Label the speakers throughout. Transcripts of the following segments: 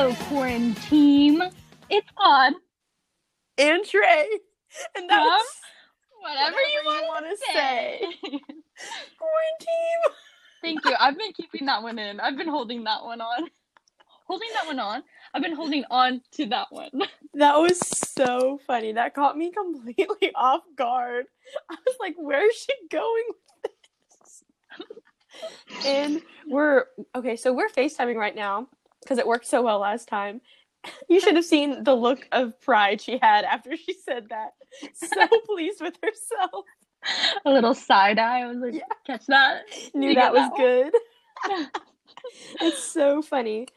Speaker 1: and team. It's on
Speaker 2: and Trey. And that
Speaker 1: Yep.
Speaker 2: was
Speaker 1: whatever, you want
Speaker 2: to
Speaker 1: to say.
Speaker 2: Quarantine.
Speaker 1: Thank you. I've been keeping that one in. I've been holding that one on. Holding that one on. I've been holding on to that one.
Speaker 2: That was so funny. That caught me completely off guard. I was like, where is she going with this? and we're okay, so we're FaceTiming right now because it worked so well last time. You should have seen the look of pride she had after she said that. So pleased with herself.
Speaker 1: A little side eye. I was like,
Speaker 2: Yeah.
Speaker 1: catch that.
Speaker 2: Knew
Speaker 1: You
Speaker 2: that
Speaker 1: get
Speaker 2: was
Speaker 1: that
Speaker 2: good. It's so funny.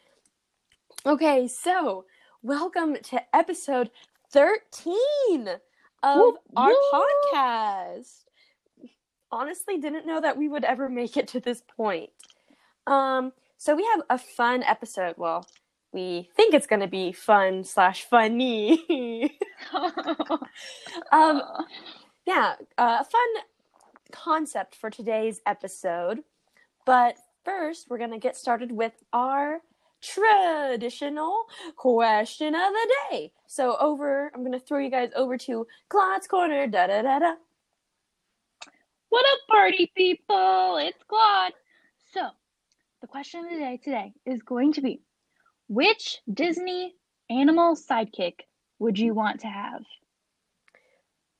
Speaker 2: Okay, so welcome to episode 13 of
Speaker 1: Whoop,
Speaker 2: our
Speaker 1: whoop.
Speaker 2: podcast. Honestly, didn't know that we would ever make it to this point. Um, so we have a fun episode. Well, we think it's going to be fun slash funny. um, yeah, uh, a fun concept for today's episode. But first, we're going to get started with our traditional question of the day. So, over, I'm going to throw you guys over to Glot's Corner. Da da da da.
Speaker 1: What up, party people? It's Claude. So, the question of the day today is going to be which Disney animal sidekick would you want to have?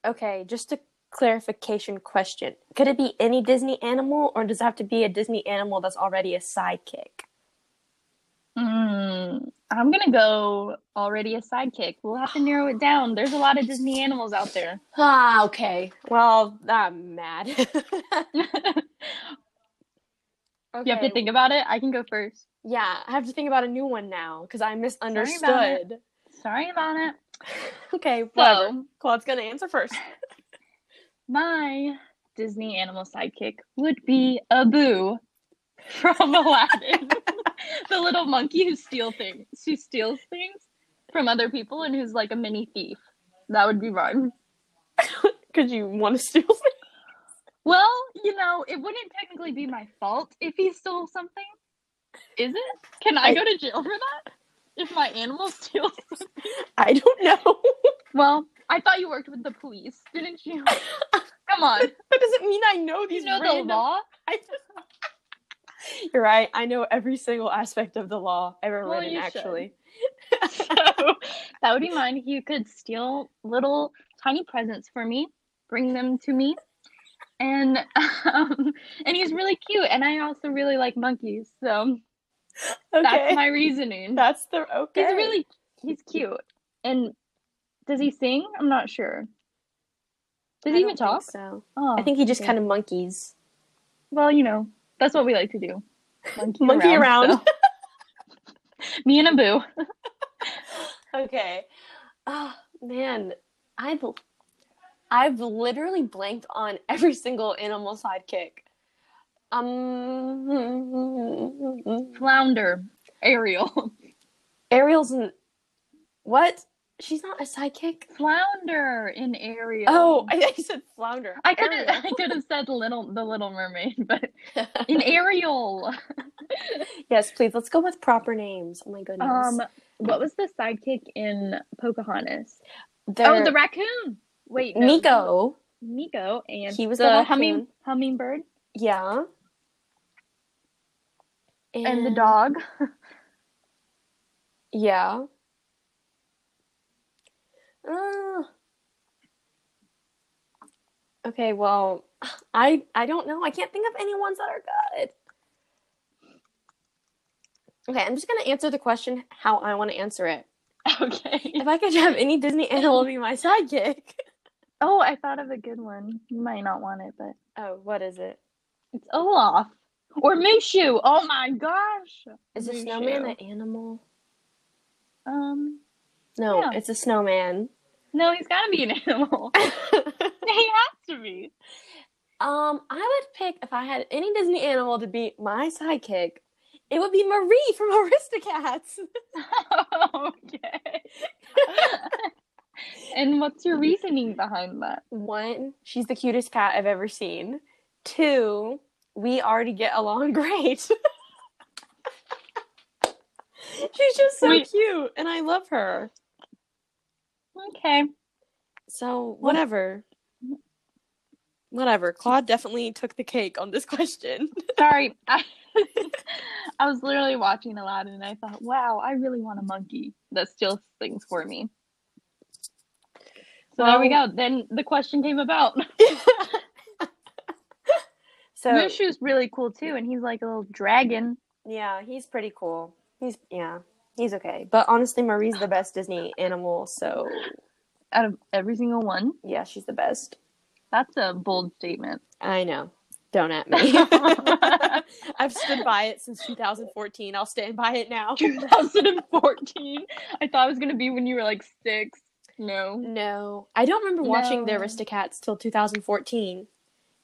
Speaker 2: Okay, just a clarification question. Could it be any Disney animal, or does it have to be a Disney animal that's already a sidekick?
Speaker 1: Mm, I'm going to go already a sidekick. We'll have to narrow it down. There's a lot of Disney animals out there.
Speaker 2: Ah, okay. Well, I'm mad.
Speaker 1: you have to
Speaker 2: Okay.
Speaker 1: think about it. I can go first.
Speaker 2: Yeah, I have to think about a new one now because I misunderstood.
Speaker 1: Sorry about it.
Speaker 2: Okay, whatever.
Speaker 1: So,
Speaker 2: Claude's gonna answer first.
Speaker 1: my Disney animal sidekick would be Abu from Aladdin, the little monkey who steal things, who steals things from other people, and who's like a mini thief. That would be mine.
Speaker 2: Because you want to steal something.
Speaker 1: Well, you know, it wouldn't technically be my fault if he stole something, is it? Can I,
Speaker 2: I-
Speaker 1: go to jail for that? If my animal steals?
Speaker 2: I don't know.
Speaker 1: Well, I thought you worked with the police, didn't you? Come on,
Speaker 2: that doesn't mean I know these
Speaker 1: you know
Speaker 2: random-
Speaker 1: the law.
Speaker 2: I just- You're right. I know every single aspect of the law ever
Speaker 1: Well,
Speaker 2: written.
Speaker 1: you should.
Speaker 2: Actually,
Speaker 1: so that would be mine. He could steal little tiny presents for me, bring them to me, and um, and he's really cute. And I also really like monkeys, so that's
Speaker 2: okay.
Speaker 1: my reasoning.
Speaker 2: That's the okay.
Speaker 1: He's really he's cute. And does he sing? I'm not sure. Does
Speaker 2: I
Speaker 1: he
Speaker 2: don't
Speaker 1: even talk?
Speaker 2: Think so
Speaker 1: Oh,
Speaker 2: I think he just
Speaker 1: okay.
Speaker 2: kind of monkeys.
Speaker 1: Well, you know, that's what we like to do. Monkey,
Speaker 2: Monkey around.
Speaker 1: so. me and Abu.
Speaker 2: Okay. Oh man, I've I've literally blanked on every single animal sidekick. Um,
Speaker 1: Flounder. Ariel.
Speaker 2: Ariel's in, what? She's not a sidekick.
Speaker 1: Flounder in Ariel.
Speaker 2: Oh, I, I said flounder.
Speaker 1: I could have I
Speaker 2: Ariel.
Speaker 1: could have said little the Little Mermaid, but in Ariel.
Speaker 2: yes, please. Let's go with proper names. Oh my goodness.
Speaker 1: Um, what was the sidekick in Pocahontas?
Speaker 2: They're-
Speaker 1: Oh, the raccoon. Wait, no.
Speaker 2: Nico.
Speaker 1: Miko, and
Speaker 2: He was
Speaker 1: the
Speaker 2: a
Speaker 1: humming
Speaker 2: raccoon.
Speaker 1: hummingbird
Speaker 2: Yeah.
Speaker 1: and the dog.
Speaker 2: Yeah. Uh, okay, well, I I don't know. I can't think of any ones that are good. Okay, I'm just gonna answer the question how I want to answer it.
Speaker 1: Okay.
Speaker 2: If I could have any Disney animal be my sidekick.
Speaker 1: Oh, I thought of a good one. You might not want it, but
Speaker 2: Oh, what is it?
Speaker 1: it's Olaf or Mushu. Oh my gosh.
Speaker 2: Is a
Speaker 1: Mushu.
Speaker 2: snowman an animal?
Speaker 1: Um,
Speaker 2: No,
Speaker 1: Yeah.
Speaker 2: it's a snowman.
Speaker 1: no, he's got to be an animal. he has to be.
Speaker 2: Um, I would pick if I had any Disney animal to be my sidekick, it would be Marie from Aristocats.
Speaker 1: okay. and what's your reasoning behind that?
Speaker 2: One, she's the cutest cat I've ever seen. Two, we already get along great. She's just so
Speaker 1: Wait.
Speaker 2: cute, and I love her.
Speaker 1: Okay.
Speaker 2: So whatever, whatever. Claude definitely took the cake on this question.
Speaker 1: Sorry. I, I was literally watching Aladdin and I thought, wow, I really want a monkey that steals things for me. So there we go. Then the question came about.
Speaker 2: so
Speaker 1: Mushu's really cool too, and he's like a little dragon.
Speaker 2: yeah, he's pretty cool. He's yeah, he's okay. But honestly, Marie's the best Disney animal. So
Speaker 1: Out of every single one,
Speaker 2: yeah, she's the best.
Speaker 1: that's a bold statement.
Speaker 2: I know. Don't at me. I've stood by it since 2014. I'll stand by it now.
Speaker 1: 2014. I thought it was gonna be when you were like six. No.
Speaker 2: No, I don't remember watching the
Speaker 1: No.
Speaker 2: Aristocats till 2014,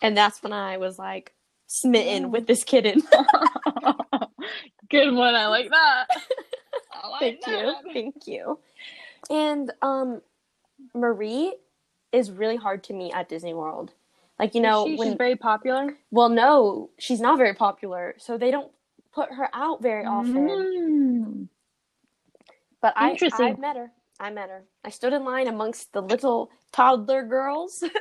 Speaker 2: and that's when I was like smitten
Speaker 1: Oh.
Speaker 2: with this kitten.
Speaker 1: Good one. I like that. I like
Speaker 2: Thank you,
Speaker 1: that.
Speaker 2: thank you. And um, Marie is really hard to meet at Disney World. Like you know,
Speaker 1: She-
Speaker 2: when
Speaker 1: she's very popular.
Speaker 2: well, no, she's not very popular, so they don't put her out very
Speaker 1: Mm-hmm.
Speaker 2: often.
Speaker 1: Mm.
Speaker 2: But I,
Speaker 1: Interesting.
Speaker 2: I met her. I met her. I stood in line amongst the little toddler girls, and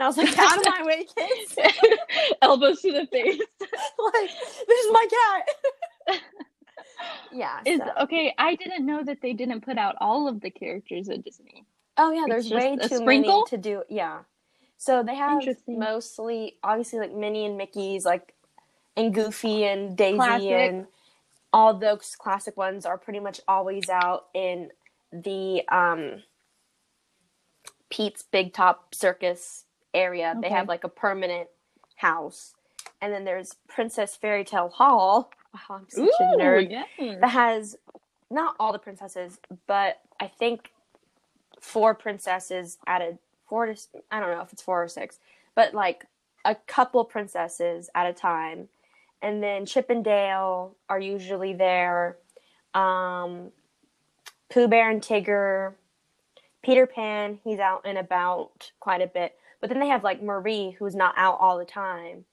Speaker 2: I was like, "Out of my way, kids!"
Speaker 1: Elbows to the face.
Speaker 2: like this is my cat yeah
Speaker 1: Is
Speaker 2: so-
Speaker 1: okay. I didn't know that they didn't put out all of the characters at Disney.
Speaker 2: oh yeah there's
Speaker 1: it's just
Speaker 2: way
Speaker 1: a
Speaker 2: too many
Speaker 1: sprinkle?
Speaker 2: to do yeah so they have
Speaker 1: Interesting.
Speaker 2: mostly obviously like minnie and mickey's like and goofy and daisy
Speaker 1: Classic.
Speaker 2: and all those classic ones are pretty much always out in the um pete's big top circus area they
Speaker 1: Okay.
Speaker 2: have like a permanent house and then there's princess fairy tale hall wow i'm such a nerd
Speaker 1: yes.
Speaker 2: that has not all the princesses, but I think four princesses added four to s- I don't know if it's four or six, but like a couple princesses at a time. And then Chip and Dale are usually there. Um, Pooh Bear and Tigger, Peter Pan, he's out and about quite a bit. But then they have like Marie, who's not out all the time.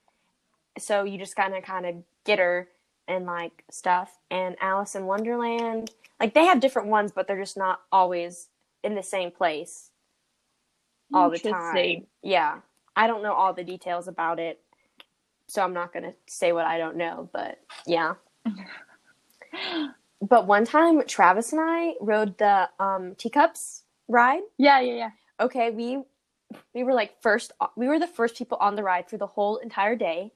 Speaker 2: So you just kind of kind of get her and like stuff and Alice in Wonderland. Like they have different ones, but they're just not always in the same place all the time.
Speaker 1: Interesting.
Speaker 2: Yeah. I don't know all the details about it. So I'm not going to say what I don't know, but yeah. but one time Travis and I rode the um teacups ride.
Speaker 1: Yeah, yeah, yeah.
Speaker 2: Okay, we we were like first we were the first people on the ride for the whole entire day.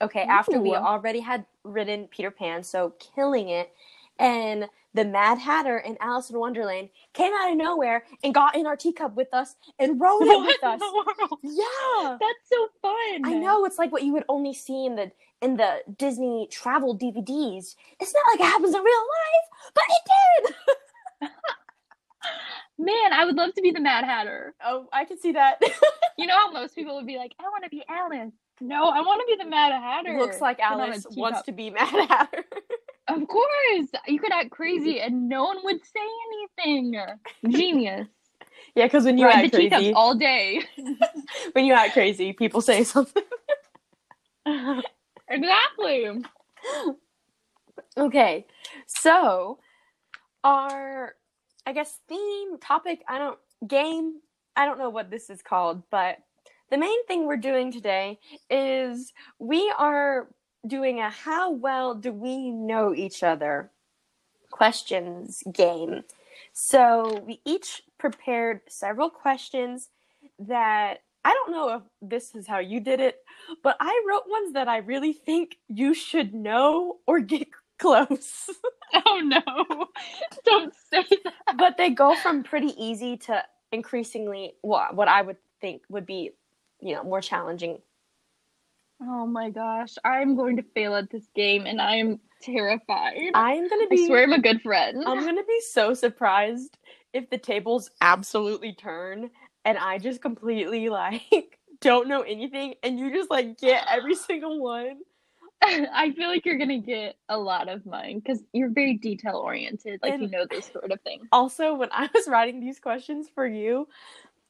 Speaker 2: Okay, after we
Speaker 1: Ooh.
Speaker 2: already had ridden Peter Pan, so killing it. And the Mad Hatter and Alice in Wonderland came out of nowhere and got in our teacup with us and rode it
Speaker 1: What
Speaker 2: with
Speaker 1: in
Speaker 2: us.
Speaker 1: the world?
Speaker 2: Yeah.
Speaker 1: That's so fun.
Speaker 2: I know it's like what you would only see in the in the Disney travel DVDs. It's not like it happens in real life, but it did.
Speaker 1: Man, I would love to be the Mad Hatter.
Speaker 2: Oh, I can see that.
Speaker 1: You know how most people would be like, I want to be Alice. No, I want to be the Mad Hatter.
Speaker 2: Looks like
Speaker 1: Get on a
Speaker 2: Alice wants
Speaker 1: teacup.
Speaker 2: to be Mad Hatter.
Speaker 1: Of course. You could act crazy and no one would say anything. Genius.
Speaker 2: Yeah, because when
Speaker 1: Ride the teacups all day.
Speaker 2: when you act crazy, people say something.
Speaker 1: exactly.
Speaker 2: Okay, so our I guess theme topic I don't game I don't know what this is called, but the main thing we're doing today is we are doing a how well do we know each other questions game. So we each prepared several questions that I don't know if this is how you did it, but I wrote ones that I really think you should know or get close.
Speaker 1: Oh no. Don't say that.
Speaker 2: but they go from pretty easy to increasingly what what I would think would be, you know, more challenging.
Speaker 1: Oh my gosh. I'm going to fail at this game and I am terrified. I,
Speaker 2: I'm gonna be
Speaker 1: swear I'm a good friend.
Speaker 2: I'm gonna be so surprised if the tables absolutely turn and I just completely like don't know anything and you just like get every single one.
Speaker 1: I feel like you're gonna get a lot of mine because you're very detail oriented, like you
Speaker 2: And-
Speaker 1: know this sort of thing.
Speaker 2: also when I was writing these questions for you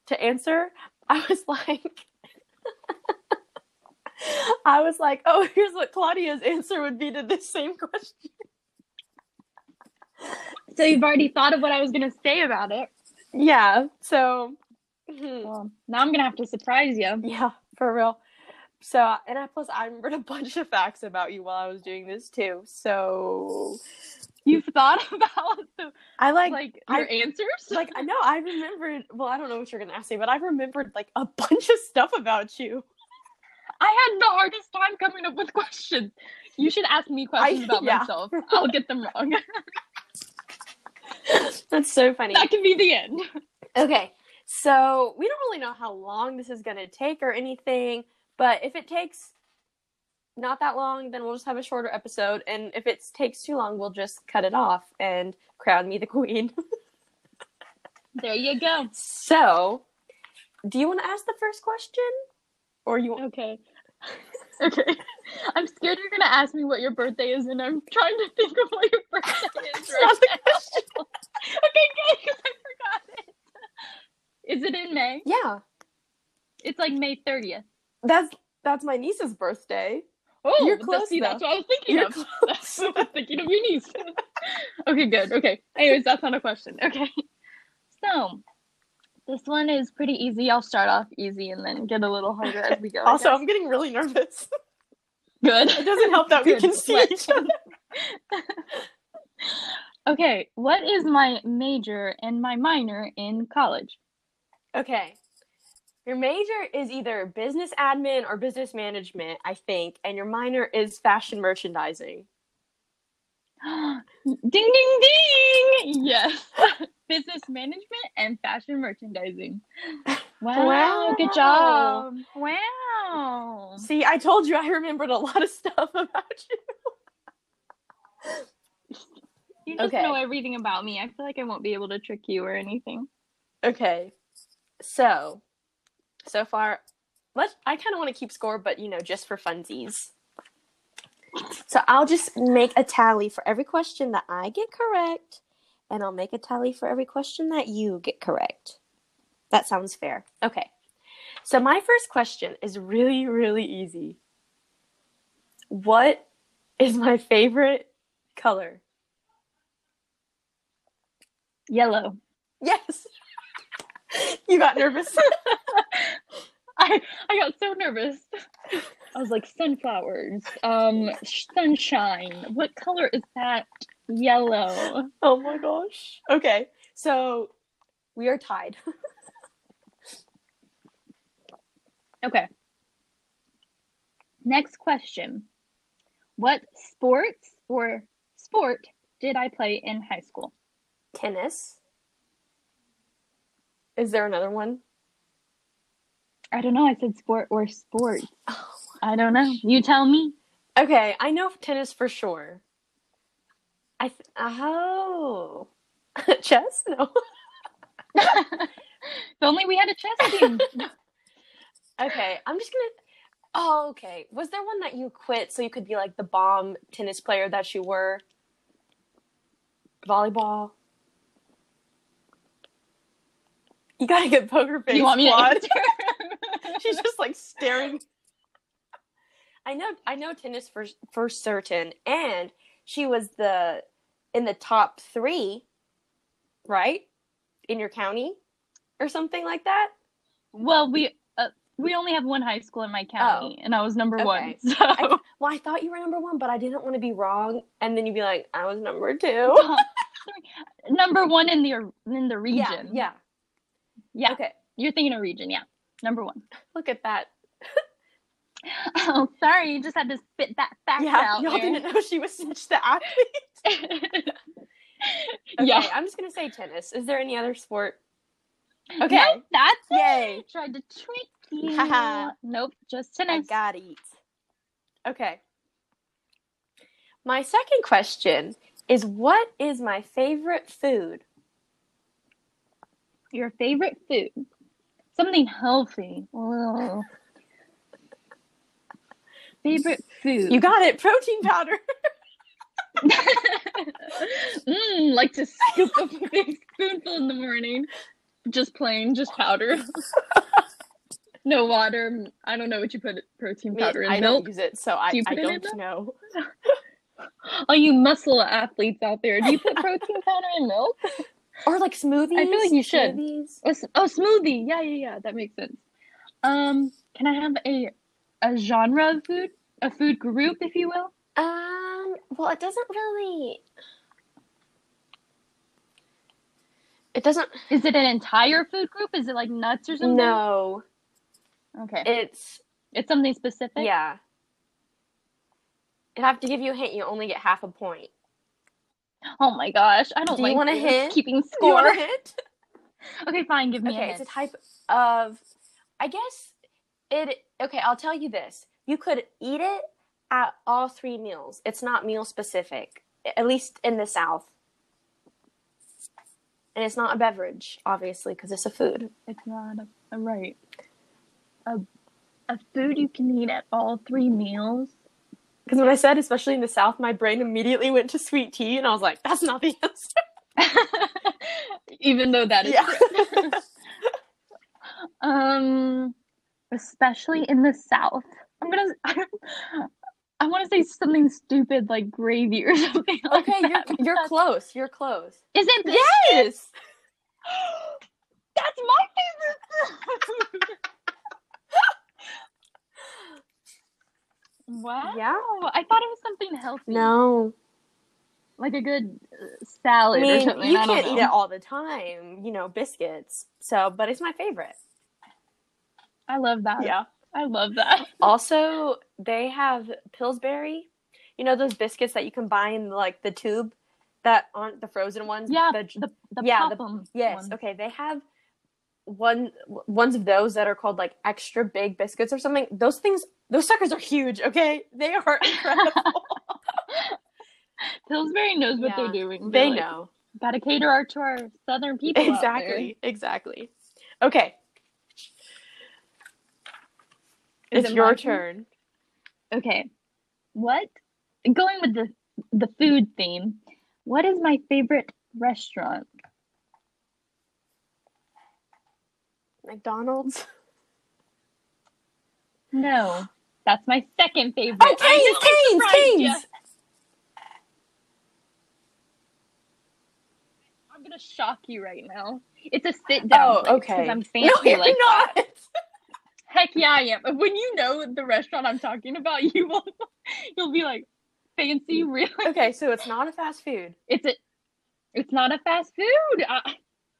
Speaker 2: to answer, I was like I was like, oh, here's what Claudia's answer would be to this same question.
Speaker 1: So you've already thought of what I was gonna say about it.
Speaker 2: Yeah. So Mm-hmm.
Speaker 1: Well, now I'm gonna have to surprise you.
Speaker 2: yeah, for real. So and I plus I remembered a bunch of facts about you while I was doing this too. So
Speaker 1: You've thought about the,
Speaker 2: I like like
Speaker 1: like
Speaker 2: I-
Speaker 1: your answers.
Speaker 2: like I know I remembered well, I don't know what you're gonna ask me, but I remembered like a bunch of stuff about you.
Speaker 1: I had the hardest time coming up with questions. You should ask me questions about
Speaker 2: yeah.
Speaker 1: myself. I'll get them wrong.
Speaker 2: That's so funny.
Speaker 1: that can be the end.
Speaker 2: Okay, so we don't really know how long this is going to take or anything, but if it takes not that long, then we'll just have a shorter episode. And if it takes too long, we'll just cut it off and crown me the queen.
Speaker 1: There you go.
Speaker 2: so, do you want to ask the first question? Or you
Speaker 1: Okay. Okay. I'm scared you're gonna ask me what your birthday is, and I'm trying to think of what your birthday is.
Speaker 2: It's
Speaker 1: right
Speaker 2: not the
Speaker 1: now. okay, good. 'cause I forgot it. Is it in May?
Speaker 2: Yeah,
Speaker 1: It's like May 30th.
Speaker 2: that's that's my niece's birthday.
Speaker 1: Oh,
Speaker 2: You're
Speaker 1: that's-
Speaker 2: close,
Speaker 1: see, that's
Speaker 2: though.
Speaker 1: what I was thinking
Speaker 2: You're
Speaker 1: of. That's what I was thinking of your niece. okay, good. Okay. Anyways, that's not a question. Okay. So this one is pretty easy. I'll start off easy and then get a little harder as we go. I
Speaker 2: Also,
Speaker 1: guess.
Speaker 2: I'm getting really nervous.
Speaker 1: good.
Speaker 2: It doesn't help that we
Speaker 1: Good.
Speaker 2: can see
Speaker 1: Sweat.
Speaker 2: each other.
Speaker 1: Okay, what is my major and my minor in college?
Speaker 2: Okay. Your major is either business admin or business management, I think, and your minor is fashion merchandising.
Speaker 1: ding ding ding! Yes. Business management and fashion merchandising. Wow, good job. Wow.
Speaker 2: See, I told you I remembered a lot of stuff about you.
Speaker 1: You just
Speaker 2: Okay.
Speaker 1: know everything about me. I feel like I won't be able to trick you or anything.
Speaker 2: Okay. So, so far, let I kind of want to keep score, but you know, just for funsies. So I'll just make a tally for every question that I get correct, and I'll make a tally for every question that you get correct. That sounds fair. Okay. So my first question is really, really easy. What is my favorite color?
Speaker 1: Yellow.
Speaker 2: Yes. you got nervous.
Speaker 1: I, I got so nervous. I was like, sunflowers, um, sunshine. What color is that? Yellow.
Speaker 2: Oh my gosh. Okay. So we are tied.
Speaker 1: Okay. Next question. What sports or sport did I play in high school?
Speaker 2: Tennis. Is there another one?
Speaker 1: I don't know. I said sport or sports.
Speaker 2: Oh.
Speaker 1: I don't know. You tell me.
Speaker 2: Okay, I know tennis for sure. I th- oh. Chess? No.
Speaker 1: If only we had a chess team.
Speaker 2: Okay, I'm just going to Oh, okay. Was there one that you quit so you could be like the bomb tennis player that you were? Volleyball. You got to get poker face.
Speaker 1: you want me to
Speaker 2: Juan.
Speaker 1: answer?
Speaker 2: She's just like staring. I know, I know tennis for for certain, and she was the in the top three, right, in your county, or something like that.
Speaker 1: well, we uh, we only have one high school in my county, and I was number one.
Speaker 2: Oh. Okay.
Speaker 1: So
Speaker 2: I- Well, I thought you were number one, but I didn't want to be wrong, and then you'd be like, I was number two.
Speaker 1: number one in the in the region.
Speaker 2: Yeah, yeah,
Speaker 1: yeah.
Speaker 2: Okay,
Speaker 1: You're thinking of region, yeah. Number one.
Speaker 2: look at that.
Speaker 1: Oh, sorry, you just had to spit that fact
Speaker 2: yeah,
Speaker 1: out.
Speaker 2: y'all
Speaker 1: there.
Speaker 2: didn't know she was such the athlete. Okay,
Speaker 1: Yeah.
Speaker 2: I'm just gonna say tennis. Is there any other sport? Okay.
Speaker 1: Nope, that's it.
Speaker 2: Yay.
Speaker 1: Tried to trick you.
Speaker 2: Haha.
Speaker 1: nope, just
Speaker 2: I
Speaker 1: tennis.
Speaker 2: gotta eat. Okay. My second question is what is my favorite food?
Speaker 1: Your favorite food? Something healthy. Ugh. favorite food?
Speaker 2: You got it, protein powder.
Speaker 1: mm, like to scoop up a big spoonful in the morning. Just plain, just powder. no water. I don't know what you put protein
Speaker 2: Me-
Speaker 1: powder in.
Speaker 2: I
Speaker 1: Milk.
Speaker 2: don't use it, so I,
Speaker 1: Do you
Speaker 2: I
Speaker 1: put it in
Speaker 2: don't know.
Speaker 1: All Oh, you muscle athletes out there, do you put protein powder in milk?
Speaker 2: Or like smoothies.
Speaker 1: I feel like you should.
Speaker 2: smoothies.
Speaker 1: Or s- Oh, smoothie. Yeah, yeah, yeah. That makes sense. Um, can I have a a genre of food, a food group, if you will?
Speaker 2: Um, well, it doesn't really. It doesn't.
Speaker 1: Is it an entire food group? Is it like nuts or something?
Speaker 2: No,
Speaker 1: Okay.
Speaker 2: it's
Speaker 1: it's something specific.
Speaker 2: yeah. If I have to give you a hint, you only get half a point.
Speaker 1: Oh my gosh, I don't
Speaker 2: Do you
Speaker 1: like
Speaker 2: want a
Speaker 1: this,
Speaker 2: hint?
Speaker 1: keeping
Speaker 2: Do you
Speaker 1: score.
Speaker 2: want a hint?
Speaker 1: Okay, fine. Give me a
Speaker 2: Okay,
Speaker 1: hint.
Speaker 2: it's a type of. I guess it. Okay, I'll tell you this. You could eat it at all three meals. It's not meal specific, at least in the South. And it's not a beverage, obviously, because it's a food.
Speaker 1: It's not a, a right. A a food you can eat at all three meals.
Speaker 2: Because when I said, especially in the South, my brain immediately went to sweet tea, and I was like, that's not the answer.
Speaker 1: Even though that is correct. um, especially in the South. I'm gonna. I, want to say something stupid like gravy or something. like
Speaker 2: okay, you're
Speaker 1: that.
Speaker 2: you're close. You're close.
Speaker 1: Is it biscuit?
Speaker 2: Yes.
Speaker 1: That's my favorite food. wow.
Speaker 2: Yeah.
Speaker 1: I thought it was something healthy.
Speaker 2: No.
Speaker 1: Like a good uh,
Speaker 2: I
Speaker 1: salad or
Speaker 2: mean,
Speaker 1: something.
Speaker 2: you
Speaker 1: I don't
Speaker 2: can't eat
Speaker 1: know.
Speaker 2: it all the time. You know, biscuits. So, but it's my favorite.
Speaker 1: I love that. I love that.
Speaker 2: Also, they have Pillsbury. You know those biscuits that you can buy in like the tube, that aren't the frozen ones.
Speaker 1: Yeah.
Speaker 2: The,
Speaker 1: The, the
Speaker 2: yeah, the-
Speaker 1: Popham
Speaker 2: Yes.
Speaker 1: one.
Speaker 2: Okay. They have one w- ones of those that are called like extra big biscuits or something. Those things, those suckers are huge. Okay, they are incredible.
Speaker 1: Pillsbury knows what
Speaker 2: Yeah,
Speaker 1: they're doing.
Speaker 2: they
Speaker 1: They're like,
Speaker 2: know
Speaker 1: Gotta cater our, to our southern people. out there."
Speaker 2: exactly. Exactly. Okay.
Speaker 1: Is
Speaker 2: it's
Speaker 1: it
Speaker 2: your
Speaker 1: my turn?
Speaker 2: turn.
Speaker 1: Okay. What? Going with the the food theme, what is my favorite restaurant?
Speaker 2: McDonald's.
Speaker 1: No, that's my second favorite.
Speaker 2: Oh,
Speaker 1: I know, I
Speaker 2: Canes!
Speaker 1: surprised
Speaker 2: Canes!
Speaker 1: ya.
Speaker 2: Canes!
Speaker 1: I'm gonna shock you right now. It's a sit down.
Speaker 2: oh, okay.
Speaker 1: Because I'm fancy
Speaker 2: no, you're
Speaker 1: like that.
Speaker 2: not.
Speaker 1: Heck yeah, I am. When you know the restaurant I'm talking about, you will. You'll be like, fancy, really?
Speaker 2: Mm, okay, so it's not a fast food.
Speaker 1: It's a. It's not a fast food. I,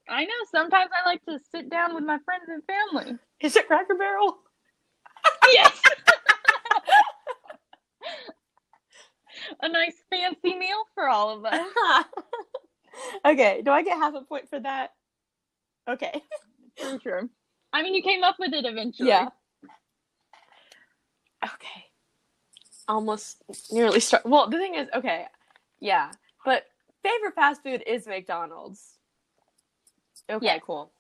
Speaker 1: I know. Sometimes I like to sit down with my friends and family.
Speaker 2: Is it Cracker Barrel?
Speaker 1: Yes. a nice fancy meal for all of us.
Speaker 2: okay. Do I get half a point for that? Okay.
Speaker 1: For sure. I mean, you came up with it eventually.
Speaker 2: Yeah. Okay. Almost nearly start. Well, the thing is, okay, yeah, but favorite fast food is McDonald's. Okay,
Speaker 1: Yeah.
Speaker 2: cool.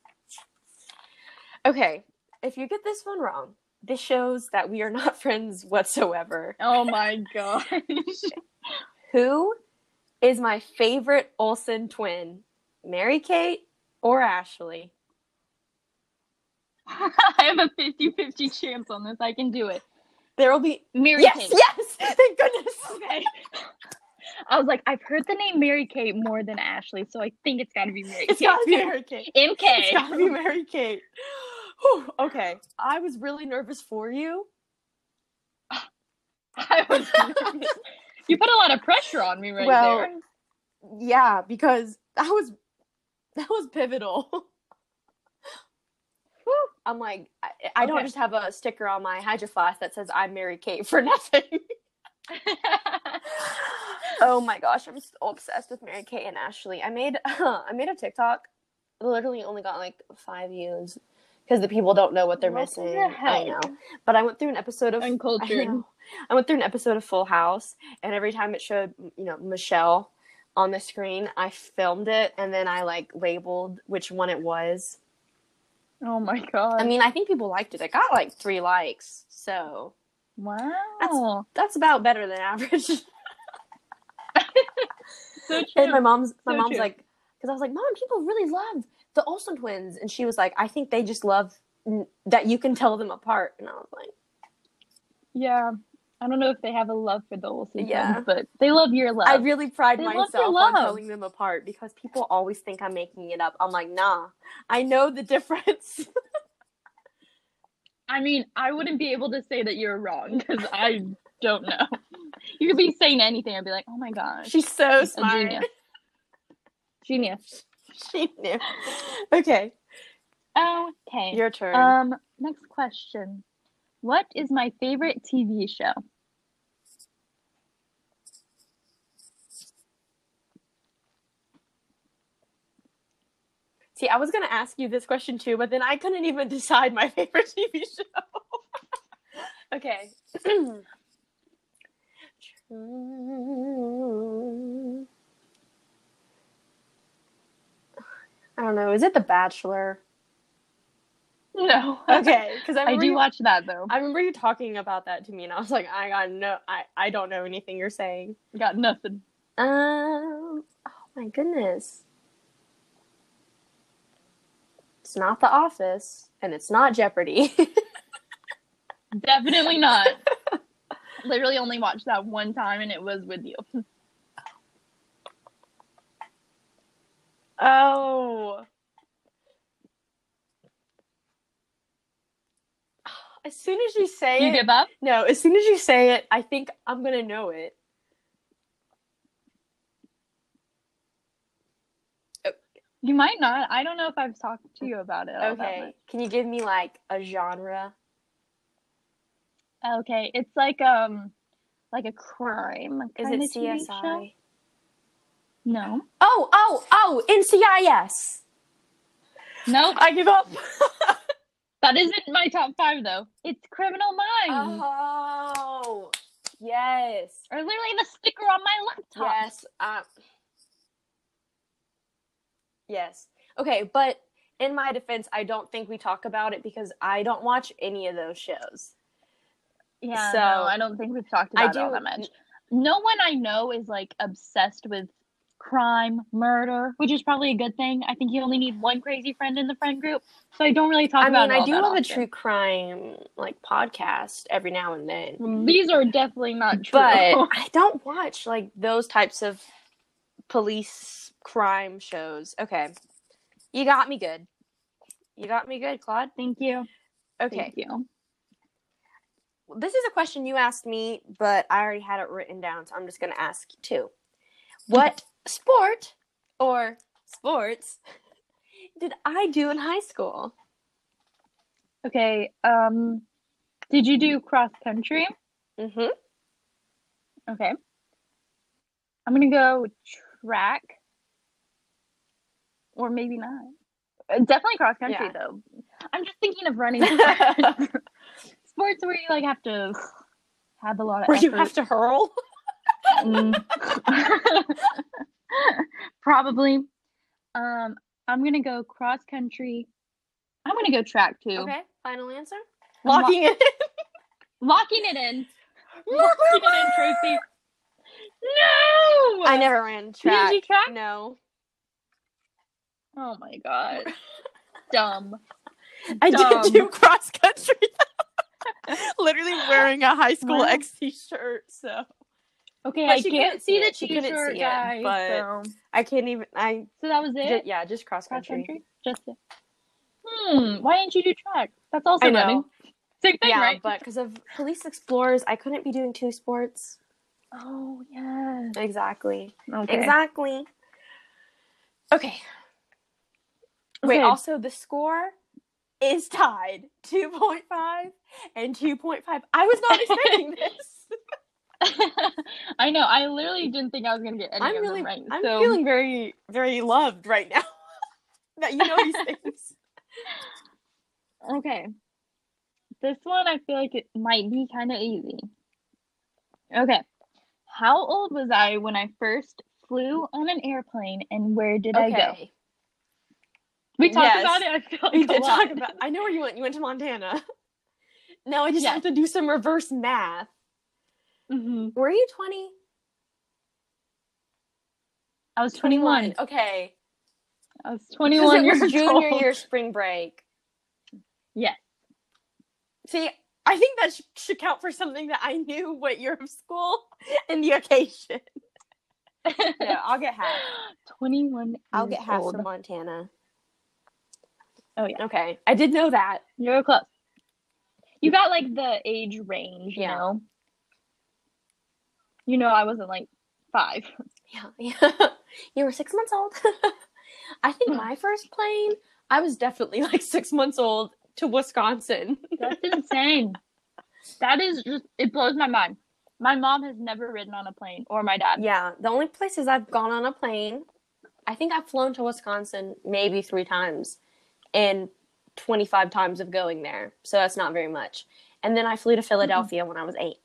Speaker 2: Okay, if you get this one wrong, this shows that we are not friends whatsoever.
Speaker 1: Oh my gosh.
Speaker 2: Who is my favorite Olsen twin? Mary Kate or Ashley?
Speaker 1: I have a 50 50 chance on this. I can do it.
Speaker 2: There will be
Speaker 1: Mary
Speaker 2: yes,
Speaker 1: Kate.
Speaker 2: yes. Thank goodness. Okay.
Speaker 1: I was like, I've heard the name Mary Kate more than Ashley, so I think it's got to be Mary
Speaker 2: It's
Speaker 1: Kate.
Speaker 2: gotta be Mary Kate.
Speaker 1: MK.
Speaker 2: It's gotta be Mary Kate. Whew, okay. I was really nervous for you.
Speaker 1: I was nervous. you put a lot of pressure on me right
Speaker 2: Well,
Speaker 1: there.
Speaker 2: Yeah, because that was that was pivotal. Whew. I'm like, I, I don't
Speaker 1: Okay.
Speaker 2: just have a sticker on my Hydro Flask that says I'm Mary Kate for nothing. oh my gosh, I'm so obsessed with Mary Kate and Ashley. I made I made a TikTok. Literally only got like five views because the people don't know what they're
Speaker 1: What the
Speaker 2: missing. I
Speaker 1: heck?
Speaker 2: know. But I went through an episode of I,
Speaker 1: Uncultured.
Speaker 2: know. I went through an episode of Full House, and every time it showed, you know, Michelle on the screen, I filmed it and then I like labeled which one it was.
Speaker 1: Oh my god.
Speaker 2: I mean, I think people liked it. It got like three likes, so
Speaker 1: wow.
Speaker 2: that's about better than average.
Speaker 1: so
Speaker 2: and my
Speaker 1: true.
Speaker 2: mom's my
Speaker 1: So
Speaker 2: mom's
Speaker 1: true.
Speaker 2: like, because I was like, mom, people really love the Olsen twins, and she was like, I think they just love n- that you can tell them apart, and I was like,
Speaker 1: Yeah. I don't know if they have a love for the whole sequence,
Speaker 2: Yeah.
Speaker 1: but they love your love.
Speaker 2: I really pride
Speaker 1: They love
Speaker 2: myself
Speaker 1: their
Speaker 2: on
Speaker 1: love.
Speaker 2: telling them apart because people always think I'm making it up. I'm like, nah, I know the difference.
Speaker 1: I mean, I wouldn't be able to say that you're wrong because I don't know. You could be saying anything. I'd be like, oh my gosh.
Speaker 2: She's so
Speaker 1: a
Speaker 2: smart.
Speaker 1: genius. Genius.
Speaker 2: she knew. Okay,
Speaker 1: Okay.
Speaker 2: your turn.
Speaker 1: Um, next question. What is my favorite TV show?
Speaker 2: See, I was gonna ask you this question too, but then I couldn't even decide my favorite TV show. okay. I don't know. Is it The Bachelor?
Speaker 1: No.
Speaker 2: Okay, because I,
Speaker 1: I
Speaker 2: remember
Speaker 1: do
Speaker 2: you-
Speaker 1: watch that though.
Speaker 2: I remember you talking about that to me, and I was like, I got no, I, I don't know anything you're saying.
Speaker 1: I got nothing.
Speaker 2: Um, oh my goodness. It's not The Office, and it's not Jeopardy.
Speaker 1: Definitely not. Literally only watched that one time and it was with you.
Speaker 2: oh. As soon as you say
Speaker 1: You
Speaker 2: it,
Speaker 1: give up?
Speaker 2: no, as soon as you say it, I think I'm gonna know it.
Speaker 1: You might not. I don't know if I've talked to you about it. all that
Speaker 2: Okay, Oh, can you give me like a genre?
Speaker 1: much. Okay. It's like um like a crime.
Speaker 2: Is
Speaker 1: kinda
Speaker 2: it
Speaker 1: TV show.
Speaker 2: CSI?
Speaker 1: No.
Speaker 2: Oh, oh, oh, NCIS.
Speaker 1: Nope.
Speaker 2: I give up.
Speaker 1: That isn't my top five though. It's Criminal Minds.
Speaker 2: oh, yes.
Speaker 1: Or literally the sticker on my laptop.
Speaker 2: Yes. Um, yes. Okay, but in my defense, I don't think we talk about it because I don't watch any of those shows.
Speaker 1: Yeah,
Speaker 2: So-
Speaker 1: no, I don't think we've talked
Speaker 2: I
Speaker 1: about it all
Speaker 2: do-
Speaker 1: that much. No one I know is like obsessed with crime, murder, which is probably a good thing. I think you only need one crazy friend in the friend group, so I don't really talk
Speaker 2: I
Speaker 1: about.
Speaker 2: mean,
Speaker 1: it
Speaker 2: I
Speaker 1: all
Speaker 2: do
Speaker 1: that
Speaker 2: love a
Speaker 1: often.
Speaker 2: true crime like podcast every now and then,
Speaker 1: These are definitely not true.
Speaker 2: but I don't watch like those types of police crime shows. Okay, you got me good. You got me good, Claude.
Speaker 1: thank you,
Speaker 2: Okay,
Speaker 1: thank you.
Speaker 2: this is a question you asked me, but I already had it written down, so I'm just going to ask you too. What sport or sports did I do in high school?
Speaker 1: Okay, um, did you do cross country?
Speaker 2: Mm-hmm.
Speaker 1: Okay, I'm gonna go track, or maybe not. Uh, Definitely cross country
Speaker 2: Yeah.
Speaker 1: though. I'm just thinking of running. sports where you like have to have a lot of
Speaker 2: Where you
Speaker 1: effort.
Speaker 2: have to hurl?
Speaker 1: Mm. probably um i'm gonna go cross country i'm gonna go track too
Speaker 2: Okay, final answer.
Speaker 1: I'm lo-
Speaker 2: Locking it
Speaker 1: locking it in
Speaker 2: in.
Speaker 1: locking it in tracy no
Speaker 2: I never ran
Speaker 1: did
Speaker 2: track.
Speaker 1: you track
Speaker 2: No.
Speaker 1: oh my god dumb
Speaker 2: I
Speaker 1: Dumb.
Speaker 2: did do cross country. Literally wearing a high school
Speaker 1: Wow.
Speaker 2: X t shirt, so
Speaker 1: okay
Speaker 2: But
Speaker 1: i
Speaker 2: she
Speaker 1: can't
Speaker 2: couldn't
Speaker 1: see
Speaker 2: see
Speaker 1: the
Speaker 2: it. She couldn't
Speaker 1: t-shirt
Speaker 2: see it,
Speaker 1: guy
Speaker 2: but-
Speaker 1: so.
Speaker 2: I can't even. I
Speaker 1: so that was
Speaker 2: did,
Speaker 1: it
Speaker 2: yeah, just cross
Speaker 1: cross
Speaker 2: country.
Speaker 1: country just it. hmm why didn't you do track that's also
Speaker 2: I know.
Speaker 1: running same thing
Speaker 2: yeah,
Speaker 1: right
Speaker 2: but because of police explorers, I couldn't be doing two sports.
Speaker 1: oh yes
Speaker 2: Exactly.
Speaker 1: okay
Speaker 2: Exactly. Okay. Wait,
Speaker 1: Okay.
Speaker 2: also the score is tied 2.5 and 2.5. I was not expecting this.
Speaker 1: I know. I literally didn't think I was gonna get any
Speaker 2: I'm
Speaker 1: of
Speaker 2: really
Speaker 1: them right.
Speaker 2: I'm
Speaker 1: so
Speaker 2: feeling very very loved right now. that you know these things.
Speaker 1: okay. This one I feel like it might be kind of easy. Okay. How old was I when I first flew on an airplane, and where did I go? We talked
Speaker 2: Yes.
Speaker 1: about it. I feel like
Speaker 2: We
Speaker 1: a
Speaker 2: did
Speaker 1: lot.
Speaker 2: talk about I know where you went. You went to Montana. Now I just
Speaker 1: Yes.
Speaker 2: have to do some reverse math.
Speaker 1: Mhm.
Speaker 2: Were you 20?
Speaker 1: I was 21.
Speaker 2: Okay.
Speaker 1: I was
Speaker 2: Because
Speaker 1: 21
Speaker 2: it was
Speaker 1: years
Speaker 2: junior
Speaker 1: old.
Speaker 2: year spring break.
Speaker 1: Yes.
Speaker 2: See, I I think that sh- should count for something that I knew what year of school and the occasion. No, I'll get half.
Speaker 1: 21
Speaker 2: I'll
Speaker 1: years
Speaker 2: get half
Speaker 1: old.
Speaker 2: from Montana.
Speaker 1: Oh, yeah.
Speaker 2: Okay. I did know that.
Speaker 1: You were close. You got like the age range, you
Speaker 2: Yeah.
Speaker 1: know? You know, I wasn't like five.
Speaker 2: Yeah, yeah. you were six months old. I think my first plane, I was definitely like six months old to Wisconsin.
Speaker 1: That's insane. That is just, it blows my mind. My mom has never ridden on a plane or my dad.
Speaker 2: Yeah, the only places I've gone on a plane, I think I've flown to Wisconsin maybe three times and 25 times of going there. So that's not very much. And then I flew
Speaker 1: Hmm.
Speaker 2: to Philadelphia when I was eight.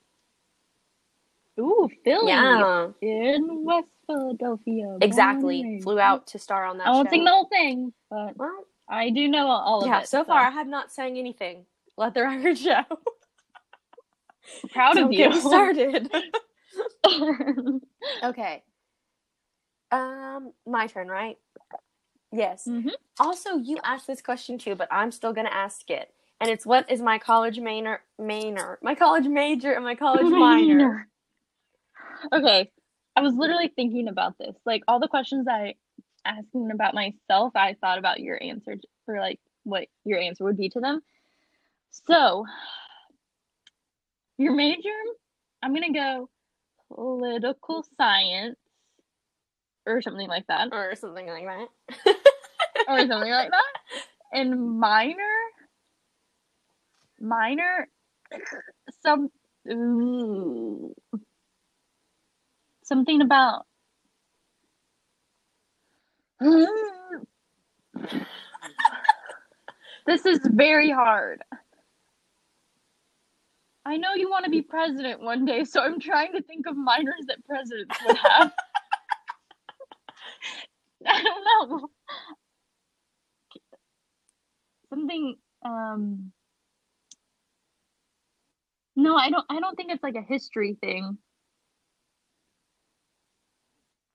Speaker 1: Ooh, Philly.
Speaker 2: Yeah,
Speaker 1: In West Philadelphia.
Speaker 2: exactly.
Speaker 1: Boy.
Speaker 2: Flew out to star on that
Speaker 1: I won't
Speaker 2: show.
Speaker 1: sing the whole thing, but
Speaker 2: Well,
Speaker 1: I do know all of
Speaker 2: yeah,
Speaker 1: it.
Speaker 2: so far I have not sang anything. Let the record show.
Speaker 1: I'm proud
Speaker 2: Don't
Speaker 1: of
Speaker 2: get
Speaker 1: you.
Speaker 2: me started. Okay. Um, my turn, right? Yes.
Speaker 1: Mhm.
Speaker 2: Also, you asked this question too, but I'm still gonna ask it. And it's what is my college minor, minor, my college major, and my college minor?
Speaker 1: Okay, I was literally thinking about this. Like all the questions I asking about myself, I thought about your answer j- for like what your answer would be to them. So, your major, I'm gonna go political science or something like that,
Speaker 2: or something like that.
Speaker 1: or something like that. And minor, minor, some ooh, something about. this is very hard. I know you want to be president one day, so I'm trying to think of minors that presidents would have. I don't know something um no i don't i don't think it's like a history thing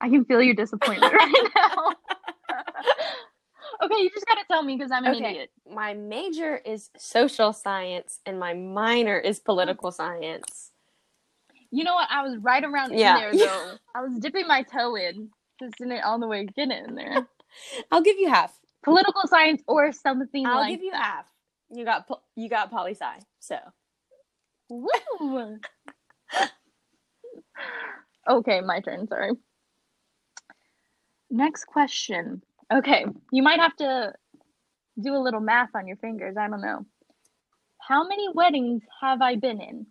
Speaker 1: i can feel your disappointment right now okay you just gotta tell me because i'm an
Speaker 2: Okay.
Speaker 1: idiot
Speaker 2: My major is social science, and my minor is political science.
Speaker 1: you know what i was right around
Speaker 2: Yeah.
Speaker 1: in there though i was dipping my toe in just didn't all the way get it in there
Speaker 2: I'll give you half.
Speaker 1: political science or something
Speaker 2: I'll
Speaker 1: like
Speaker 2: give you half. You got po- you got poli sci. So
Speaker 1: Woo! okay, my turn. Sorry. Next question. Okay, you might have to do a little math on your fingers. I don't know. How many weddings have I been in?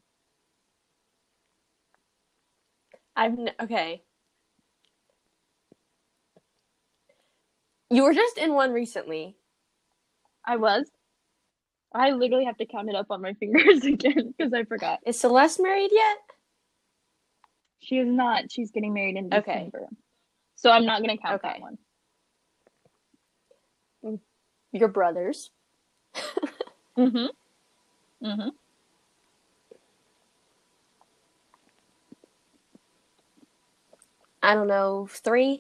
Speaker 2: I've n- okay. You were just in one recently.
Speaker 1: I was. I literally have to count it up on my fingers again because I forgot.
Speaker 2: Is Celeste married yet?
Speaker 1: She is not. She's getting married in
Speaker 2: Okay.
Speaker 1: December. So I'm not going to count that
Speaker 2: Okay.
Speaker 1: one.
Speaker 2: Your brothers.
Speaker 1: Mm-hmm. Mm-hmm.
Speaker 2: I don't know, three?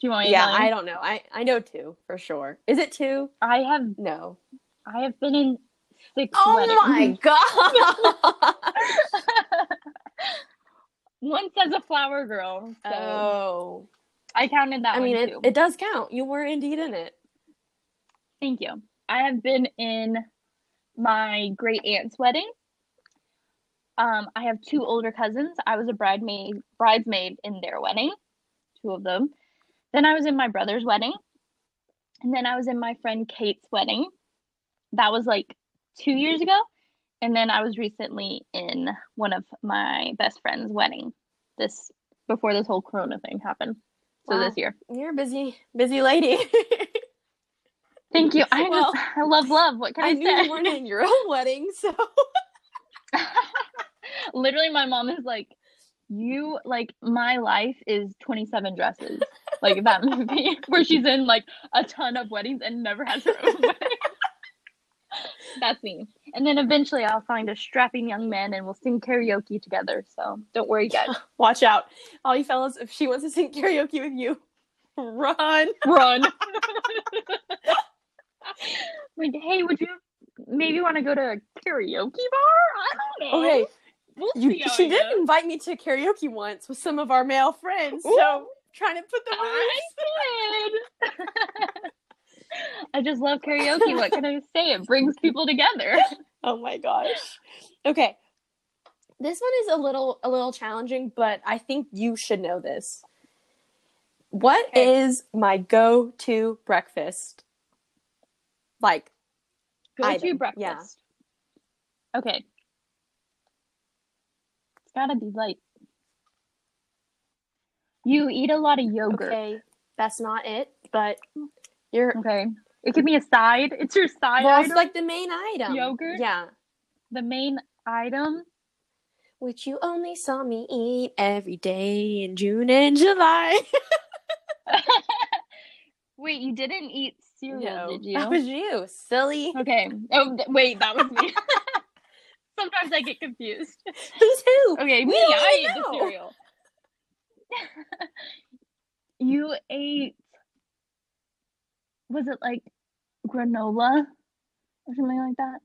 Speaker 1: Do you want me
Speaker 2: yeah,
Speaker 1: to?
Speaker 2: I don't know. I, I know two for sure. Is it two?
Speaker 1: I have
Speaker 2: No.
Speaker 1: I have been in six weddings.
Speaker 2: Oh god.
Speaker 1: One says a flower girl. So
Speaker 2: oh.
Speaker 1: I counted that
Speaker 2: I
Speaker 1: one
Speaker 2: mean it,
Speaker 1: too.
Speaker 2: it does count. You were indeed in it.
Speaker 1: Thank you. I have been in my great aunt's wedding. Um, I have two older cousins. I was a bridesmaid bridesmaid in their wedding, two of them. Then I was in my brother's wedding. And then I was in my friend Kate's wedding. That was like two years ago. And then I was recently in one of my best friend's wedding this before this whole corona thing happened. So
Speaker 2: Wow.
Speaker 1: this year.
Speaker 2: You're a busy busy lady.
Speaker 1: Thank you. I
Speaker 2: Well,
Speaker 1: just I love love. What can I,
Speaker 2: I knew
Speaker 1: say?
Speaker 2: you weren't in your own wedding, so
Speaker 1: literally my mom is like you like my life is 27 dresses like that movie where she's in like a ton of weddings and never has her own wedding that's me and then eventually i'll find a strapping young man and we'll sing karaoke together so don't worry guys
Speaker 2: watch out. All you fellas, if she wants to sing karaoke with you, run.
Speaker 1: run like hey would you maybe want to go to a karaoke bar. I don't know.
Speaker 2: Okay,
Speaker 1: We'll
Speaker 2: you,
Speaker 1: see how
Speaker 2: she
Speaker 1: it
Speaker 2: did
Speaker 1: goes.
Speaker 2: invite me to karaoke once with some of our male friends. So trying to put them on.
Speaker 1: I did. I just love karaoke. What can I say? It brings people together.
Speaker 2: Oh my gosh. Okay. This one is a little a little challenging, but I think you should know this. What is
Speaker 1: Okay.
Speaker 2: my go-to breakfast? Like,
Speaker 1: Go to
Speaker 2: Item,
Speaker 1: breakfast.
Speaker 2: yeah.
Speaker 1: Okay. It's gotta be light. You eat a lot of yogurt. Okay.
Speaker 2: okay, that's not it, but you're
Speaker 1: It could be a side. It's your side
Speaker 2: well, it's
Speaker 1: item.
Speaker 2: like the main item.
Speaker 1: Yogurt?
Speaker 2: Yeah.
Speaker 1: the main item.
Speaker 2: Which you only saw me eat every day in June and July.
Speaker 1: Wait, you didn't eat cereal, did you?
Speaker 2: That was you, silly.
Speaker 1: Okay. Oh, th- wait, that was me. Sometimes I get confused.
Speaker 2: Who's who?
Speaker 1: Okay,
Speaker 2: We
Speaker 1: me,
Speaker 2: don't
Speaker 1: I ate
Speaker 2: even
Speaker 1: the
Speaker 2: know.
Speaker 1: cereal. you ate, was it like granola or something like that?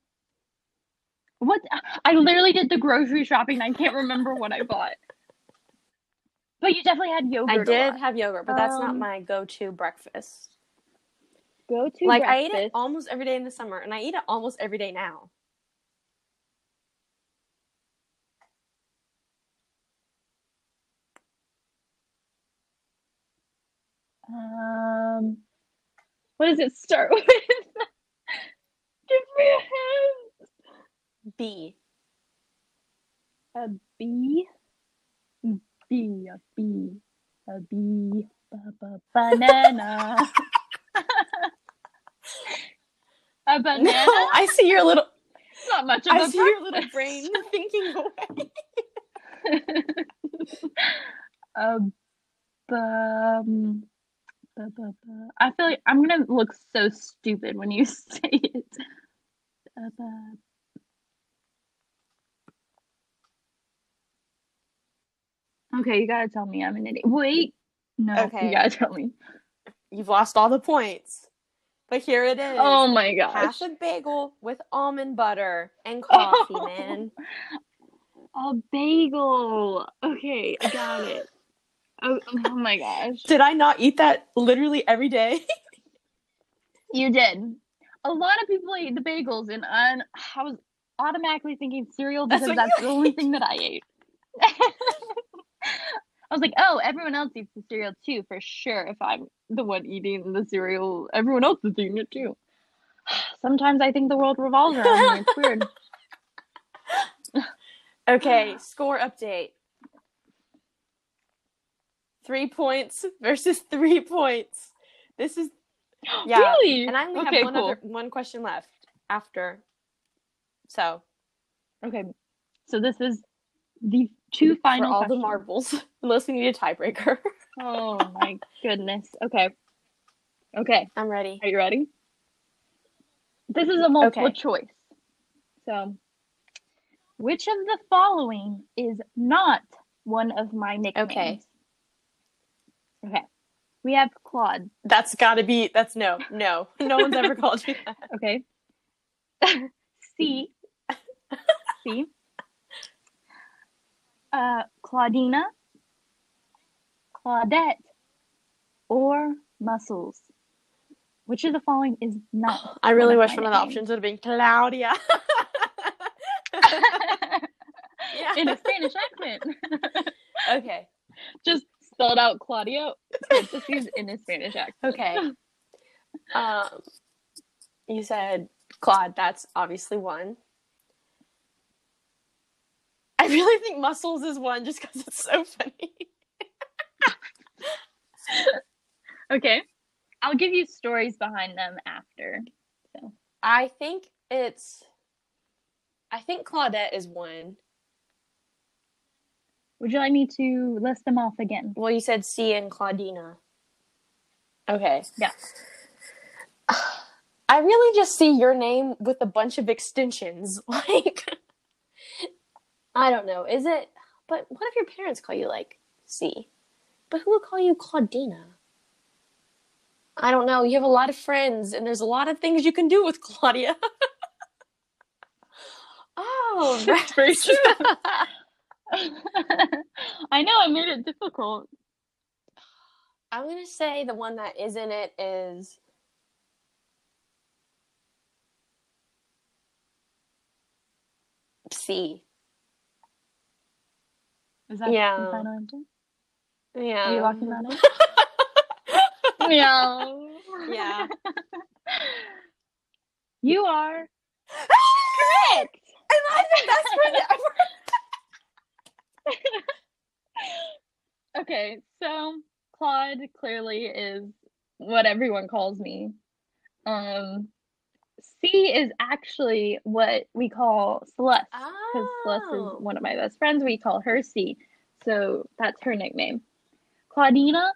Speaker 1: What? I literally did the grocery shopping. I can't remember what I bought. But you definitely had yogurt.
Speaker 2: I
Speaker 1: a
Speaker 2: did
Speaker 1: lot.
Speaker 2: have yogurt, but that's not
Speaker 1: Um,
Speaker 2: my go-to breakfast.
Speaker 1: Go to
Speaker 2: like I ate it
Speaker 1: breakfast.
Speaker 2: almost every day in the summer, and I eat it almost every day now.
Speaker 1: Um, what does it start with? Give me a hint.
Speaker 2: B.
Speaker 1: A bee, bee, a bee, a bee, ba, ba, banana. a banana.
Speaker 2: No, I see your little,
Speaker 1: It's not much of
Speaker 2: I
Speaker 1: a
Speaker 2: see your little
Speaker 1: breakfast.
Speaker 2: brain thinking away.
Speaker 1: a bum. Ba, ba, ba. I feel like I'm gonna look so stupid when you say it. Ba, ba. Okay, you gotta tell me I'm an idiot. Wait, no,
Speaker 2: Okay.
Speaker 1: you gotta tell me.
Speaker 2: You've lost all the points, but here it is.
Speaker 1: Oh my gosh,
Speaker 2: half a bagel with almond butter and coffee,
Speaker 1: Oh.
Speaker 2: man.
Speaker 1: a bagel. Okay, I got it. Oh, oh my gosh,
Speaker 2: Did I not eat that literally every day?
Speaker 1: you did. A lot of people ate the bagels, and I, I was automatically thinking cereal
Speaker 2: That's
Speaker 1: because
Speaker 2: what
Speaker 1: that's,
Speaker 2: you
Speaker 1: the only thing that I ate. I was like, oh, everyone else eats the cereal too, for sure. If I'm the one eating the cereal, everyone else is eating it too. Sometimes I think the world revolves around me. It's weird.
Speaker 2: Okay, score update. Three points versus three points. This is Yeah,
Speaker 1: Really?
Speaker 2: and I only
Speaker 1: okay,
Speaker 2: have one
Speaker 1: cool.
Speaker 2: other one question left after. So
Speaker 1: Okay, so this is the two final
Speaker 2: for all
Speaker 1: questions.
Speaker 2: the marbles, unless we need a tiebreaker.
Speaker 1: Oh my goodness. Okay. Okay.
Speaker 2: I'm ready.
Speaker 1: Are you ready? This is a multiple
Speaker 2: Okay.
Speaker 1: choice. So, which of the following is not one of my nicknames?
Speaker 2: Okay.
Speaker 1: Okay. We have Claude.
Speaker 2: That's got to be. That's no, no, no one's ever called you that.
Speaker 1: Okay. C. C. Uh, Claudina, Claudette, or Muscles. Which of the following is not?
Speaker 2: I really
Speaker 1: of
Speaker 2: wish
Speaker 1: my
Speaker 2: one of the
Speaker 1: nicknames.
Speaker 2: options would have been Claudia. Yeah.
Speaker 1: in a Spanish accent.
Speaker 2: Okay.
Speaker 1: Just spelled out Claudio, parentheses, in a Spanish accent.
Speaker 2: Okay. Um, you said Claude. That's obviously one. I really think muscles is one just because it's so funny.
Speaker 1: Okay. I'll give you stories behind them after.
Speaker 2: I think it's. I think Claudette is one.
Speaker 1: Would you like me to list them off again?
Speaker 2: Well, you said C and Claudina. Okay.
Speaker 1: Yeah.
Speaker 2: I really just see your name with a bunch of extensions. Like, I don't know. Is it? But what if your parents call you like C? But who would call you Claudina? I don't know. You have a lot of friends, and there's a lot of things you can do with Claudia. Oh,
Speaker 1: That's very true.
Speaker 2: right.
Speaker 1: I know I made it difficult.
Speaker 2: I'm gonna say the one that is in it is. C.
Speaker 1: Is that
Speaker 2: Yeah. Um,
Speaker 1: the final answer?
Speaker 2: Yeah.
Speaker 1: Are you walking on it? Meow.
Speaker 2: Yeah.
Speaker 1: You are correct.
Speaker 2: Am I the best friend ever?
Speaker 1: Okay, so Claude clearly is what everyone calls me. Um, C is actually what we call Celeste because Celeste
Speaker 2: Oh.
Speaker 1: is one of my best friends. We call her C, so that's her nickname. Claudina,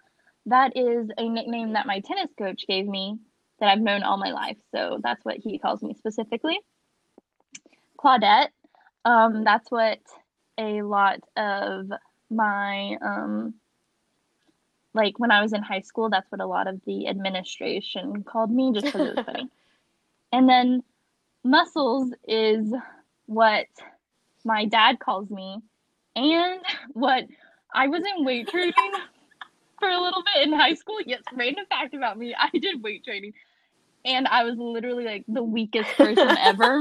Speaker 1: that is a nickname that my tennis coach gave me that I've known all my life, so that's what he calls me specifically. Claudette, um, that's what a lot of my um like when I was in high school, that's what a lot of the administration called me just because it was funny. And then muscles is what my dad calls me and what I was in weight training for a little bit in high school. Yes, random fact about me, I did weight training and I was literally like the weakest person ever.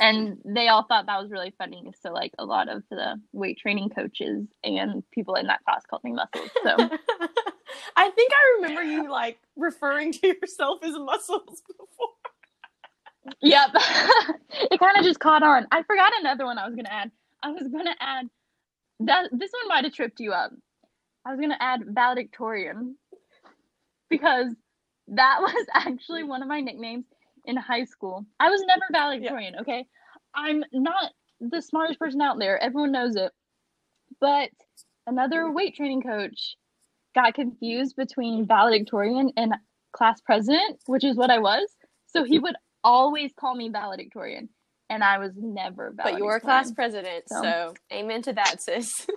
Speaker 1: And they all thought that was really funny. So like a lot of the weight training coaches and people in that class called me muscles. So
Speaker 2: I think I remember you like referring to yourself as muscles before.
Speaker 1: Yep. it kind of just caught on. I forgot another one I was going to add. I was going to add that this one might have tripped you up. I was going to add valedictorian because that was actually one of my nicknames in high school. I was never valedictorian, okay? I'm not the smartest person out there. Everyone knows it. But another weight training coach got confused between valedictorian and class president, which is what I was. So
Speaker 2: Mm-hmm.
Speaker 1: he would always call me valedictorian, and I was never valedictorian.
Speaker 2: But you were class president,
Speaker 1: So.
Speaker 2: so. amen to that, sis.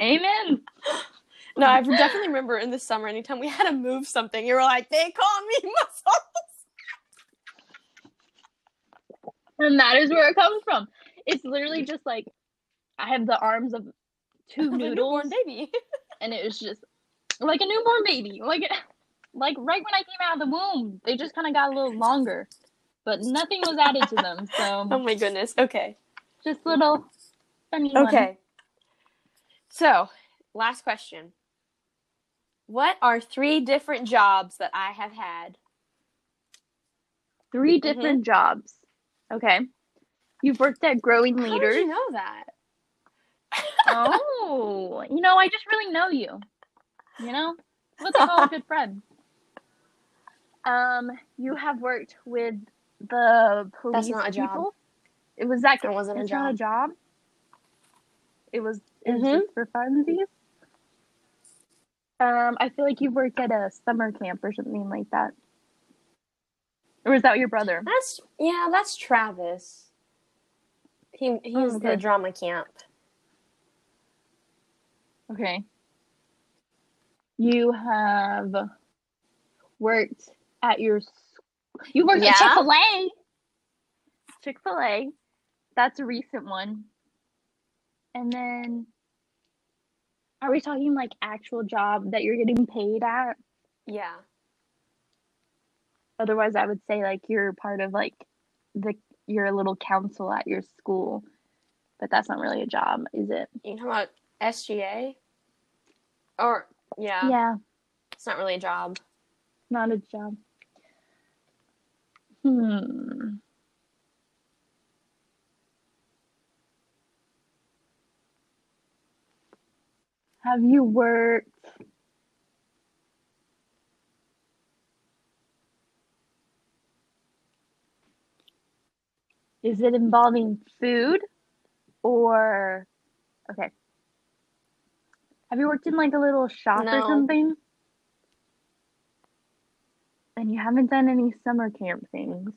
Speaker 1: Amen.
Speaker 2: no, I definitely remember in the summer, anytime we had to move something, you were like, "They call me muscle."
Speaker 1: And that is where it comes from. It's literally just like I have the arms of two noodles,
Speaker 2: newborn baby.
Speaker 1: and it was just like a newborn baby. Like, like right when I came out of the womb, they just kind of got a little longer, but nothing was added to them.
Speaker 2: Oh
Speaker 1: So
Speaker 2: my goodness. Okay.
Speaker 1: just little funny. one.
Speaker 2: Okay. So, last question. What are three different jobs that I have had?
Speaker 1: 3
Speaker 2: Mhm.
Speaker 1: different jobs. Okay, you've worked at Growing
Speaker 2: How did
Speaker 1: Leaders.
Speaker 2: you know that?
Speaker 1: oh, you know, I just really know you. You know, what's it called? A good friend. Um, you have worked with the police.
Speaker 2: not a job.
Speaker 1: people. It was that.
Speaker 2: That wasn't a
Speaker 1: it's Not a job. It was. It was
Speaker 2: Mhm.
Speaker 1: just for funsies. Um, I feel like you worked at a summer camp or something like that. Or is that your brother?
Speaker 2: That's yeah, that's Travis. He he's
Speaker 1: Oh, okay.
Speaker 2: the drama camp.
Speaker 1: Okay. You have worked at your. s- You worked
Speaker 2: Yeah.
Speaker 1: at Chick Fil A. Chick Fil A, that's a recent one. And then, are we talking like actual job that you're getting paid at?
Speaker 2: Yeah.
Speaker 1: Otherwise, I would say like you're part of like the your little council at your school, but that's not really a job, is it?
Speaker 2: You know about SGA? Or yeah,
Speaker 1: yeah.
Speaker 2: it's not really a job.
Speaker 1: Not a job. Hmm. Have you worked? Is it involving food or okay. Have you worked in like a little shop or
Speaker 2: No.
Speaker 1: something? And you haven't done any summer camp things.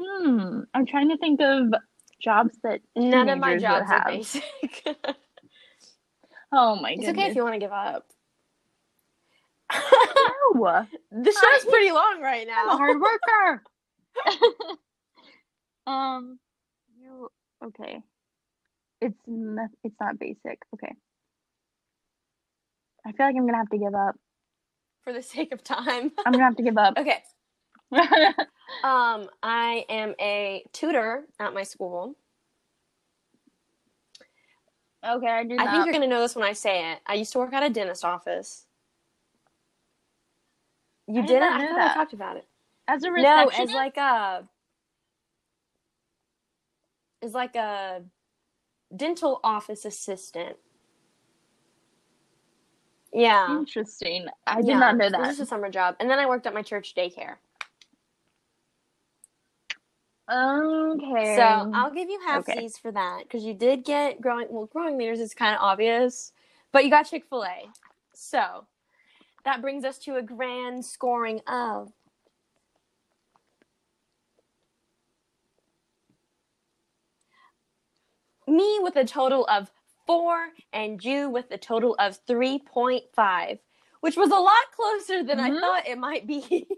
Speaker 1: Hmm. I'm trying to think of jobs that
Speaker 2: None of my
Speaker 1: teenagers would
Speaker 2: jobs are
Speaker 1: have.
Speaker 2: basic. it's
Speaker 1: Oh
Speaker 2: okay
Speaker 1: my oh goodness.
Speaker 2: if you want to give up.
Speaker 1: No,
Speaker 2: The show's pretty long right
Speaker 1: I'm a
Speaker 2: now.
Speaker 1: hard worker. um, you okay? It's not, it's not basic. Okay. I feel like I'm gonna have to give up.
Speaker 2: For the sake of time.
Speaker 1: I'm gonna have to give up.
Speaker 2: Okay.
Speaker 1: okay.
Speaker 2: Um, I am a tutor at my school.
Speaker 1: I do
Speaker 2: I think you're gonna know this when I say it. I used to work at a dentist office. You
Speaker 1: I did
Speaker 2: didn't?
Speaker 1: not
Speaker 2: I
Speaker 1: know
Speaker 2: thought
Speaker 1: that.
Speaker 2: I talked about it.
Speaker 1: as a
Speaker 2: No,
Speaker 1: receptionist.
Speaker 2: as like a as like a dental office assistant. Yeah.
Speaker 1: Interesting. I did
Speaker 2: Yeah.
Speaker 1: not know
Speaker 2: It was
Speaker 1: that.
Speaker 2: just a summer job. And then I worked at my church daycare.
Speaker 1: Okay.
Speaker 2: So I'll give you half
Speaker 1: okay.
Speaker 2: C's for that because you did get growing. Well, growing leaders is kind of obvious, but you got Chick Fil A. So that brings us to a grand scoring of. Me with a total of four, and you with a total of 3.5, which was a lot closer than I
Speaker 1: Mhm.
Speaker 2: thought it might be.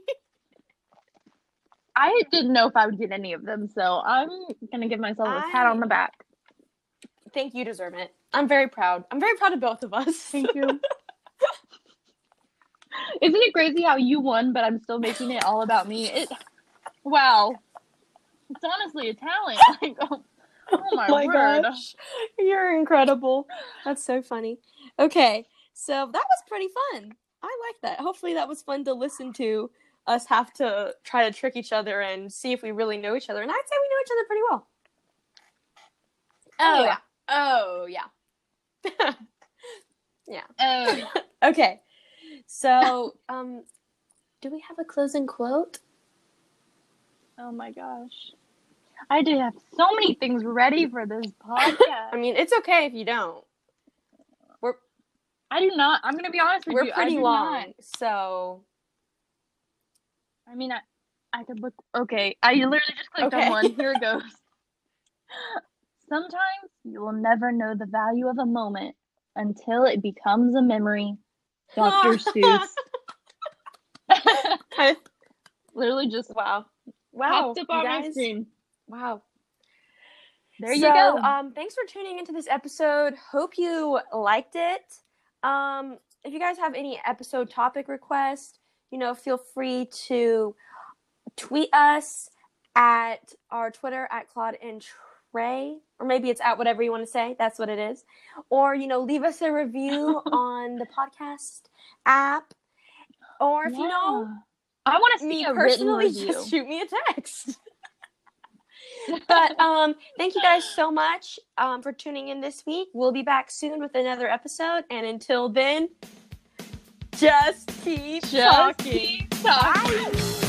Speaker 1: I didn't know if I would get any of them, so I'm gonna give myself a pat on the
Speaker 2: I-
Speaker 1: back.
Speaker 2: Think you deserve it. I'm very proud. I'm very proud of both of us.
Speaker 1: Thank you. Isn't it crazy how you won, but I'm still making it all about me? It, wow, it's honestly a talent. Like, oh, oh my, word!
Speaker 2: You're incredible. That's so funny. Okay. So that was pretty fun. I like that. Hopefully that was fun to listen to us have to try to trick each other and see if we really know each other. And I'd say we know each other pretty well.
Speaker 1: Oh, yeah.
Speaker 2: Oh yeah.
Speaker 1: Oh, yeah.
Speaker 2: okay. So um do we have a closing quote?
Speaker 1: oh my gosh, I did have so many things ready for this podcast.
Speaker 2: I mean, it's okay if you don't. We're
Speaker 1: I do not. I'm gonna be honest with
Speaker 2: we're
Speaker 1: you. I
Speaker 2: pretty
Speaker 1: do
Speaker 2: long.
Speaker 1: not.
Speaker 2: So
Speaker 1: I mean, I, I could look. Okay, I literally just clicked
Speaker 2: Okay.
Speaker 1: on one. Here it goes. Sometimes you will never know the value of a moment until it becomes a memory. Dr. Seuss.
Speaker 2: kind of
Speaker 1: literally just
Speaker 2: Wow.
Speaker 1: popped up
Speaker 2: you
Speaker 1: on my
Speaker 2: guys.
Speaker 1: screen.
Speaker 2: Wow.
Speaker 1: There you
Speaker 2: So,
Speaker 1: go.
Speaker 2: Um, thanks for tuning into this episode. Hope you liked it. Um, if you guys have any episode topic requests, you know, feel free to tweet us at our Twitter at Claude and Trey, or maybe it's at whatever you want to say. That's what it is. Or, you know, leave us a review on the podcast app. Or if you know
Speaker 1: Yeah. I want to see
Speaker 2: me
Speaker 1: a written
Speaker 2: personally
Speaker 1: review.
Speaker 2: just shoot me a text but um thank you guys so much um for tuning in this week we'll be back soon with another episode and until then just keep
Speaker 1: Just
Speaker 2: talking
Speaker 1: keep talking.
Speaker 2: Bye.